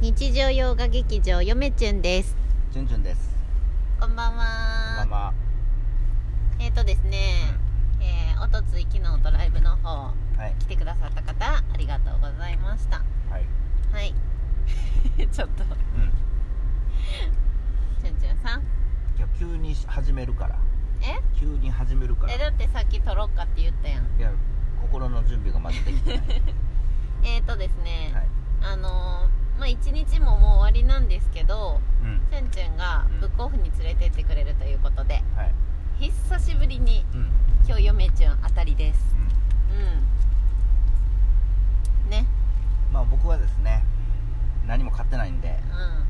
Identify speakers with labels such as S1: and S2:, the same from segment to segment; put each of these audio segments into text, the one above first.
S1: 日常洋画劇場よめちゅんです
S2: じゅんじゅんです。
S1: こんばん
S2: ま
S1: は
S2: あま
S1: えっ、とですね、えーおとつい昨日ドライブの方
S2: あ、はい、
S1: 来てくださった方ありがとうございました
S2: はい、
S1: はい ちょっと
S2: うん、
S1: ちゅんちゅんさん
S2: いや急に始めるから、
S1: え
S2: 急に始めるから。
S1: えだってさっき撮ろっかって言ったやん
S2: いや、心の準備がまずでき てない。
S1: えっ、とですね、
S2: はい、
S1: あのーまあ一日ももう終わりなんですけど
S2: うん、
S1: ちゅんちゅんが
S2: うん
S1: ブックオフに連れてってくれるということで
S2: はい、
S1: 久しぶりに
S2: うん、うん、
S1: 今日よめちゅんあたりですうんね
S2: まあ僕はですね、何も買ってないんで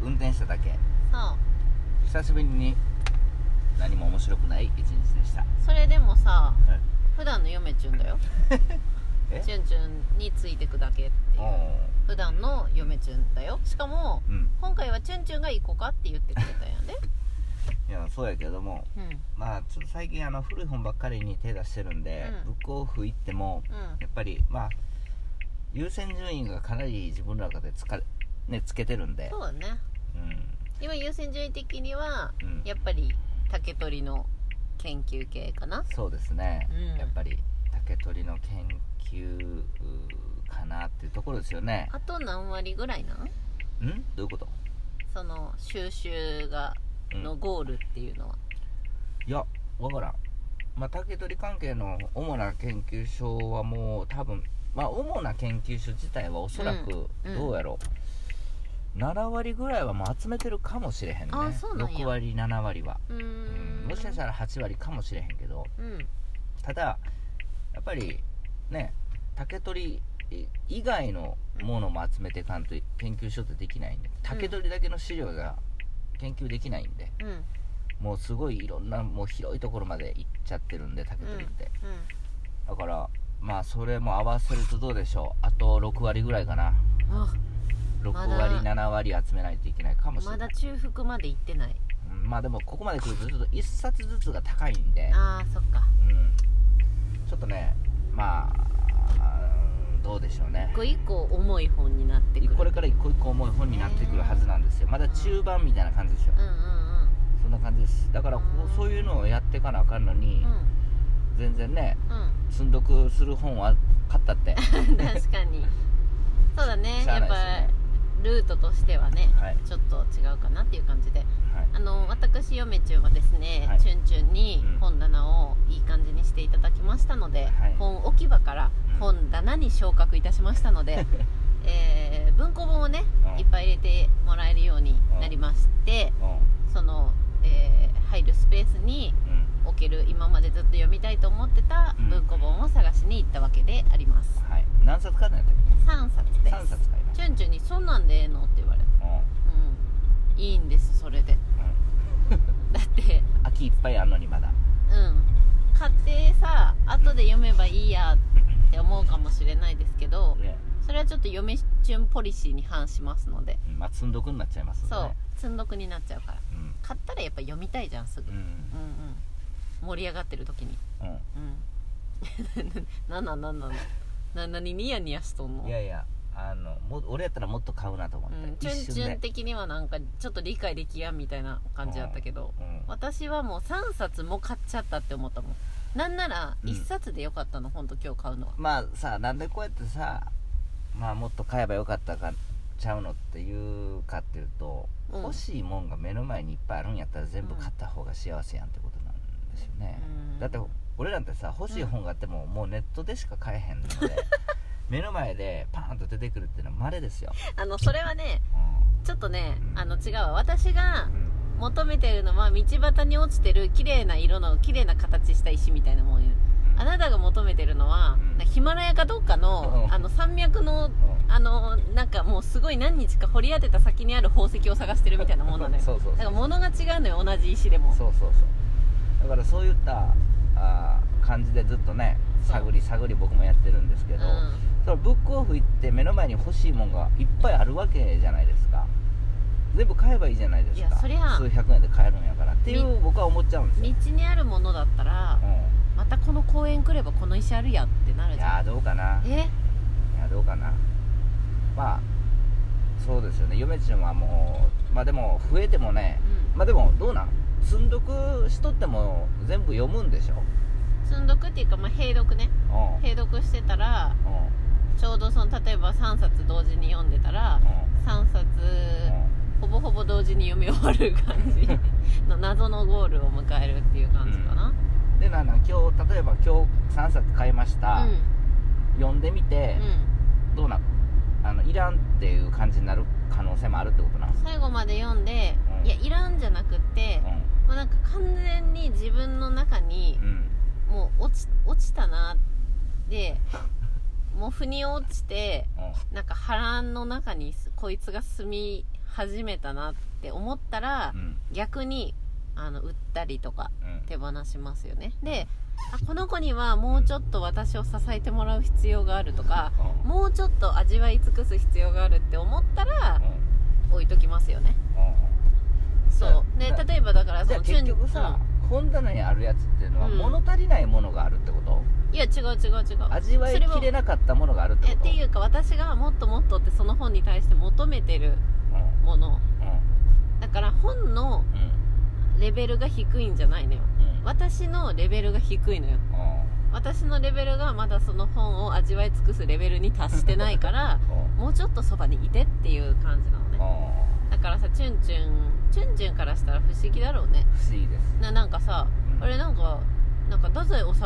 S1: う、ん
S2: 運転しただけ。
S1: そう
S2: 久しぶりに何も面白くない一日でした。
S1: それでもさ
S2: はい、
S1: 普段のよめちゅんだよ
S2: え
S1: ちゅんちゅんについてくだけっていう
S2: お
S1: 普段のよめちゅんだよしかも
S2: ーうん、
S1: 今回はちゅんちゅんが行こうかって言ってくれたんやで
S2: いやそうやけども。
S1: うん
S2: まあ、ちょっと最近あの古い本ばっかりに手出してるんで、
S1: うん
S2: ブックオフ行っても
S1: うん
S2: やっぱりまあ優先順位がかなり自分の中でつかれ、ね、つけてるんで
S1: そうだね
S2: うん
S1: 今優先順位的には
S2: うん
S1: やっぱり竹取の研究系かな
S2: そうですね、
S1: うん
S2: やっぱり竹取の研究かなっていうところですよね
S1: あと何割ぐらいなん
S2: んどういうこと、
S1: その収集が
S2: うん
S1: のゴールっていうのは、
S2: いやわからん、まあ、竹取関係の主な研究所はもう多分まあ主な研究所自体はおそらく
S1: うん
S2: どうやろう、7割ぐらいはもう集めてるかもしれへんね
S1: あそうなんや
S2: 6割7割は、
S1: うー
S2: うんん、もしかしたら8割かもしれへんけど
S1: うん
S2: ただやっぱりね竹取以外のものも集めていかんと研究所ってできないんで竹取だけの資料が研究できないんで、
S1: うんうん
S2: もうすごいいろんなもう広いところまで行っちゃってるんで竹取って、だからまあそれも合わせるとどうでしょうあと6割ぐらいかな
S1: あ
S2: 6
S1: まだ
S2: 割7割集めないといけないかもしれ
S1: ま
S2: な
S1: だ
S2: い
S1: 中腹まで行ってない
S2: うんまあでもここまで来るとちょっと1冊ずつが高いんで
S1: あーそっか
S2: うんちょっとねまあうんどうでしょうね
S1: 一個一個重い本になってくる
S2: これから一個一個重い本になってくるはずなんですよまだ中盤みたいな感じですよ
S1: うんうん
S2: そんな感じですだからこうそういうのをやっていかなあかんのに
S1: う
S2: 全然ね
S1: ん
S2: 積んどくする本は買っ たって
S1: うんうん確かにそうだね
S2: しゃあ
S1: や
S2: な
S1: っ
S2: いですよね
S1: ぱルートとしてはね
S2: はい
S1: ちょっと違うかなっていう感じで
S2: はい
S1: あの私嫁ちゅんはですね、
S2: はい
S1: ちゅんちゅんに
S2: うん
S1: 本棚をいい感じにしていただきましたので、
S2: はい
S1: 本置き場から
S2: うん
S1: 本棚に昇格いたしましたの で、えー文庫本をね、
S2: うん
S1: いっぱい入れてもらえるようになりまして、
S2: う
S1: その、えー入るスペースに
S2: んうん
S1: 置ける今までずっと読みたいと思ってた
S2: うん
S1: 文庫本を探しに行ったわけであります、
S2: はい、何冊買ったんやったっ
S1: 3冊
S2: け
S1: です
S2: 3冊買いまし
S1: ちゅんちゅんに「そんなんでええの?」って言われて
S2: たうん、
S1: うんいいんですそれでだって
S2: うん、秋いっぱいあんのにまだ
S1: うん買ってさ後で読めばいいやって思うかもしれないですけど
S2: ね、
S1: それはちょっと嫁チュンポリシーに反しますので
S2: うんまあ積んどくになっちゃいますんで
S1: そう
S2: ね
S1: 積んどくになっちゃうから
S2: うん
S1: 買ったらやっぱ読みたいじゃんすぐ、
S2: う
S1: うん
S2: ん
S1: うん、盛り上がってる時に
S2: う
S1: うんなん なんなんなんな何ニヤニヤしとんの
S2: んいやいやあのも俺やったらもっと買うなと思っ
S1: うん、チ
S2: て、
S1: ュン
S2: 一
S1: チ
S2: 瞬
S1: ュ
S2: で
S1: ン的にはなんかちょっと理解できやんみたいな感じだったけど、
S2: うん
S1: 私はもう3冊も買っちゃったって思ったもんなんなら
S2: うん
S1: 1冊でよかったの、ほんと今日買うのは
S2: まあさなんでこうやってさまあもっと買えばよかったかちゃうのっていうかっていうと、
S1: うん
S2: 欲しいもんが目の前にいっぱいあるんやったら全部買った方が幸せやんってことなんですよね、
S1: うん
S2: だって俺なんてさ欲しい本があっても、もうネットでしか買えへんの で目の前でパーンと出てくるっていうのは稀ですよ、
S1: あのそれはねちょっとね
S2: うん
S1: あの違うわ私が
S2: うん
S1: 求めてるのは道端に落ちてる綺麗な色の綺麗な形した石みたいなもんよあなたが求めてるのは、
S2: うん
S1: ヒマラヤかどっかの,、
S2: うん
S1: あの山脈のあのなんかもうすごい何日か掘り当てた先にある宝石を探してるみたいなもんなのよ
S2: そうそう
S1: だから
S2: そう
S1: 物が違うのよ同じ石でも
S2: そうそうそうだからそういったあー感じでずっとね
S1: そう
S2: 探り探り僕もやってるんですけど、
S1: うん
S2: そのブックオフ行って目の前に欲しいもんがいっぱいあるわけじゃないですか全部買えばいいじゃないですか
S1: いやそりゃ
S2: 数百円で買えるんやからっていう僕は思っちゃうんですよ、
S1: 道にあるものだったら
S2: う
S1: またこの公園来ればこの石あるやってなる
S2: ん、い
S1: じゃん
S2: やーどうかない
S1: え
S2: やどうかなまあそうですよね夢ちゃんはもうまあでも増えてもねまあでもどうなん積んどくしとっても全部読むんでしょ
S1: 積んどくっていうか、まあ、閉読ね
S2: うん
S1: 閉読してたら
S2: うんうん
S1: ちょうどその例えば3冊同時に読んでたら3冊
S2: う
S1: ほぼほぼ同時に読み終わる感 じの謎のゴールを迎えるっていう感じかな、
S2: んでなんなん今日例えば今日3冊買いまし
S1: う
S2: た、
S1: ん
S2: 読んでみて
S1: う、ん、
S2: どうなんあのいらんっていう感じになる可能性もあるってことなん
S1: 最後まで読んで、
S2: うん
S1: いやいらんじゃなくって、もうなんか完全に自分の中に
S2: うん、うん、
S1: もう落ち落ちたなでもう腑に落ちて
S2: うん
S1: なんか波乱の中にすこいつが住み始めたなって思ったら、
S2: うん
S1: 逆にあの売ったりとか
S2: うん
S1: 手放しますよねであこの子にはもうちょっと私を支えてもらう必要があるとか
S2: うん
S1: もうちょっと味わい尽くす必要があるって思ったら
S2: うん
S1: 置いときますよね
S2: う
S1: そうで
S2: だだ
S1: 例えばだから
S2: んじ
S1: そ
S2: ゃあ
S1: の
S2: 結局さ、本棚にあるやつっていうのは
S1: うん
S2: 物足りないものがあるってこと、
S1: うんいや違う違う違う
S2: 味わいきれなかったものがあるって
S1: えっ
S2: こと
S1: ていうか私がもっともっとってその本に対して求めてる
S2: うん
S1: もの
S2: う
S1: だから本の
S2: んうん
S1: レベルが低いんじゃないのよ
S2: うん
S1: 私のレベルが低いのよ私のレベルがまだその本を味わい尽くすレベルに達してないから もうちょっとそばにいてっていう感じなの
S2: うんうんうん不
S1: ね
S2: 思
S1: だからさチュンチュンチュンチュンからしたら不思議だろうね
S2: 議です
S1: ななんかさあれなんかなんか太宰治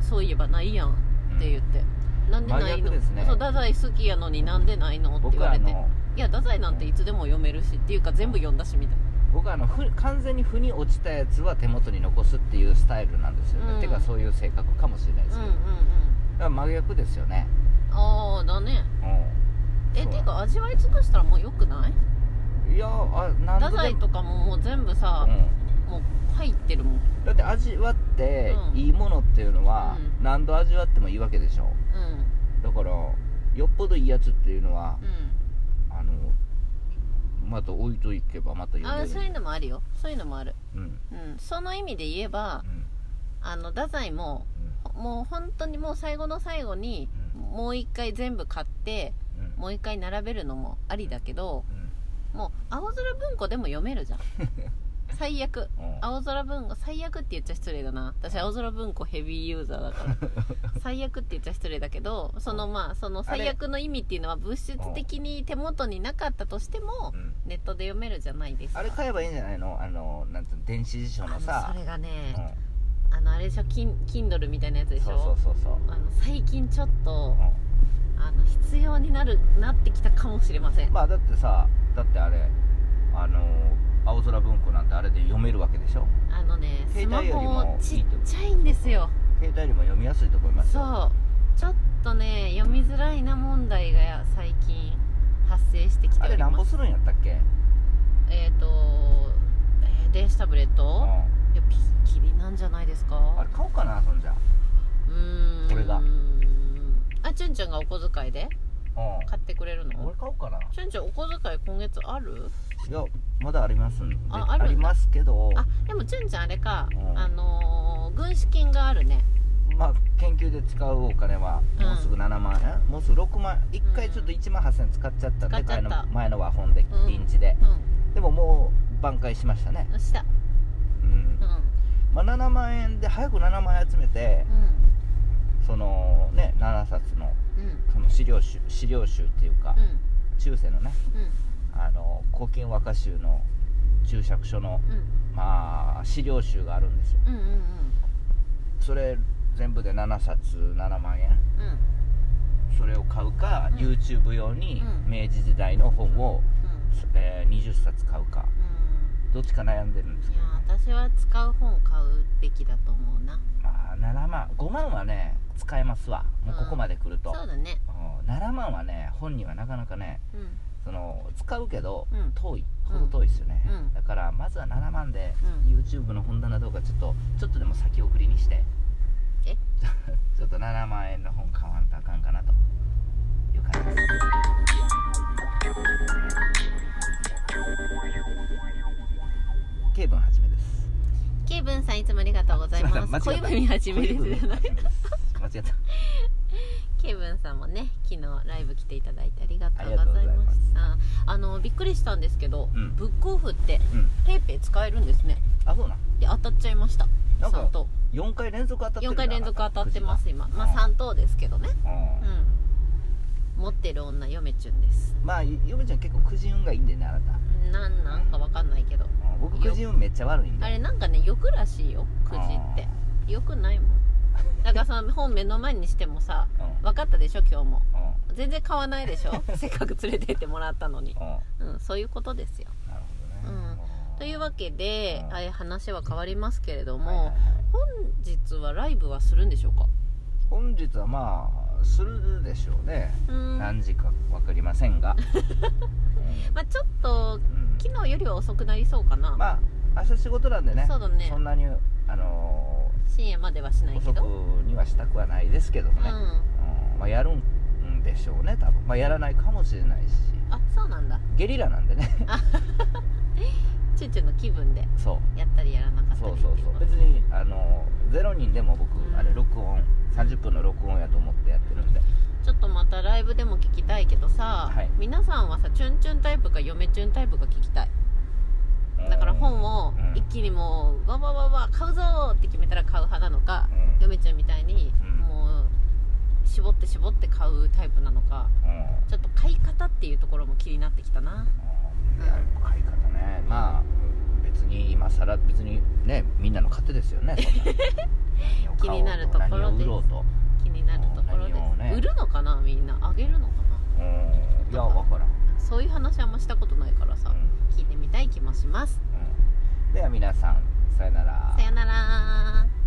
S1: そういえばないやんって言って、なんでない
S2: 真
S1: の、
S2: 逆ですね
S1: そう太宰好きやのになんでないのって言
S2: 僕
S1: わ
S2: はあ
S1: れて
S2: の
S1: いや太宰なんていつでも読めるしっていうか全部読んだしみたいな
S2: 僕はあのふ完全に腑に落ちたやつは手元に残すっていうスタイルなんですよね、
S1: うん
S2: てかそういう性格かもしれないです
S1: うん
S2: け
S1: うん
S2: ど、
S1: う
S2: だから真逆ですよね
S1: んああだね
S2: うん
S1: え
S2: そう
S1: てか味わい尽くしたらもうよくない
S2: いやあなんで
S1: 太宰とかももう全部さ、もう入ってるもん
S2: うん、だって味わって
S1: うん
S2: いいものっていうのは
S1: う
S2: 何度味わってもいいわけでしょ
S1: う
S2: だからよっぽどいいやつっていうのは
S1: んう
S2: あのまた置いといけばまた
S1: んあ
S2: 読
S1: そう
S2: め
S1: いう
S2: る
S1: のもあるよそういうのもある、
S2: うんうん
S1: うん、その意味で言えばあの太宰ももう本当にもう最後の最後に
S2: うん
S1: もう一回全部買って
S2: うんうん
S1: もう一回並べるのもありだけど
S2: う
S1: もう青空文庫でも読め るじゃん最悪
S2: んうん
S1: 青空文庫最悪って言っちゃ失礼だな私青空文庫ヘビーユーザーだから 最悪って言っちゃ失礼だけどそのまあその最悪の意味っていうのは物質的に手元になかったとしても
S2: うん
S1: ネットで読めるじゃないですか
S2: あれ買えばいいんじゃないのあのなんつうの電子辞書
S1: あ
S2: の
S1: の
S2: さ
S1: それが
S2: うん
S1: ね、あのあれでしょキン Kindle みたいなやつでしょ
S2: そうそうそうそう
S1: あの最近ちょっと
S2: う
S1: あの必要になるなってきたかもしれません、
S2: んまあだってさだってあれあの青空文庫なんてあれで読めるわけでしょ
S1: あのねスマ
S2: 携帯より
S1: ホ
S2: も
S1: ちっちゃいんですよ
S2: 携帯よりも読みやすいと思いますよ
S1: そうちょっとね読みづらいな問題が最近発生してきて
S2: あ
S1: お
S2: れ
S1: り
S2: なんぼ
S1: ます
S2: するんやったっけうん
S1: えっ、と、えー電子タブレットいやピッキリなんじゃないです
S2: あ
S1: か
S2: れ買おうかなそんじゃ
S1: うーん
S2: これが
S1: あちゅんちゃんがお小遣いで
S2: う
S1: 買ってくれる
S2: ん
S1: の
S2: 俺買おうかな
S1: ちゅんちゃんお小遣い今月ある
S2: いやまだありますんで
S1: ああるんだ
S2: りますけど
S1: あでもちゅんちゃんあれか、
S2: うん
S1: あのー軍資金があるね
S2: まあ研究で使うお金は
S1: うん
S2: もうすぐ7万円、もうすぐ6万1回ちょっと1万8000円使っちゃったん
S1: 使っ
S2: で
S1: ちゃ
S2: 前
S1: った
S2: の前のは本で
S1: うん
S2: 臨時で、
S1: う
S2: でももう挽回しましたね
S1: んした
S2: うん
S1: うん、う
S2: まあ、7万円で早く7万円集めて
S1: ん
S2: そのね7冊の
S1: うん
S2: その資料集資料集っていうか、
S1: うん
S2: 中世のね
S1: うん
S2: あの古今和歌集の注釈書の
S1: うん
S2: まあ資料集があるんですよ
S1: うんうん
S2: それ全部で7冊7万円
S1: うんうん
S2: それを買うか、
S1: うん
S2: YouTube 用に
S1: うん
S2: 明治時代の本
S1: う
S2: を、
S1: ん
S2: えー20冊買うか
S1: う
S2: どっちか悩んでるんです
S1: んい
S2: けど
S1: や、私は使う本買うべきだと思うな
S2: まあ7万5万はね使えますわもうここまで来ると、
S1: そうだね
S2: うん7万はね本人はなかなかね
S1: うん
S2: その使うけど
S1: うん
S2: 遠い程遠いですよね、
S1: うん
S2: だからまずは7万で
S1: うん
S2: YouTube の本棚動画ちょっとちょっとでも先送りにして
S1: え
S2: ちょっと7万円の本買わんとあかんかなという感じですケイブンはじめです
S1: ケイブンさんいつもありがとうございます
S2: いません間
S1: 小
S2: 違えた
S1: 指はじめです
S2: 小泉はじめです間違えた
S1: ケ ケイブンさんもね昨日ライブ来ていただいてありがとうござい
S2: ありがとうご
S1: ま
S2: ざい
S1: したあのびっくりしたんですけど、
S2: うん
S1: ブックオフって
S2: うん
S1: ペイペイ使えるんですね
S2: あそうなん
S1: で当たっちゃいました
S2: なんか
S1: 3等
S2: 4回連続当たってる
S1: 4
S2: んだ
S1: 回連続当たってます今ま
S2: うん
S1: あ3等ですけどね
S2: うん
S1: うん持ってる女嫁チュンです
S2: まあゆめちゃん結構くじ運がいいんでねあなた
S1: なんなんかわかんないけど
S2: うん僕くじ運めっちゃ悪いんで
S1: あれなんかね欲らしいよくじってよくないもんだからその本目の前にしてもさ
S2: うんうん
S1: 分かったでしょ今日も
S2: うん
S1: 全然買わないでし ょせっかく連れてってもらったのに、
S2: うん
S1: うん、そういうことですよ
S2: なるほどねん
S1: というわけで、
S2: うん
S1: あ話は変わりますけれども、
S2: はいはいはい
S1: 本日はライブはするんでしょうか
S2: 本日はまあするでしょうね
S1: うーんま
S2: 何時か分かりませ んが、
S1: あちょっと
S2: うんうん
S1: 昨日よりは遅くなりそうかな、
S2: まあ明日仕事なんでね
S1: そうだね
S2: そんなにあの
S1: 深夜まではしな
S2: ー
S1: いけ
S2: 遅く
S1: ど、
S2: にはしたくはないですけども
S1: うん
S2: ね、うんまあ、やるんでしょうね多分まあやらないかもしれないし
S1: あそうなんだ
S2: ゲリラなんでね
S1: チュンチュンの気分で
S2: そう
S1: やったりやらなかった
S2: そ
S1: りっ
S2: う
S1: てい
S2: そうう
S1: こ
S2: そう
S1: と
S2: 別にあの0人でも僕
S1: うん
S2: あれ録音30分の録音やと思ってやってるんで
S1: ちょっとまたライブでも聞きたいけどさ、
S2: はい
S1: 皆さんはさチュンチュンタイプか嫁チュンタイプか聞きたいだから本を
S2: うん
S1: 一気にもうわわわわ買うぞーって決めたら買う派なのか
S2: うん、うん
S1: 嫁ちゃんみたいに
S2: うん
S1: もう絞って絞って買うタイプなのかちょっと買い方っていうところも気になってきたな
S2: うんいや買い方ねまあ別に今さら別にねみんなの勝手ですよねそん な
S1: 気になるところです
S2: 何を買おう何を売ろうと
S1: 気になるところです
S2: 何を、ね
S1: 売るのかなみんなあげるのかな
S2: うんいや分からん、
S1: そういう話あんましたことないからさ
S2: うん
S1: 聞いてみたい気もします
S2: うんでは皆さんさよなら
S1: さよなら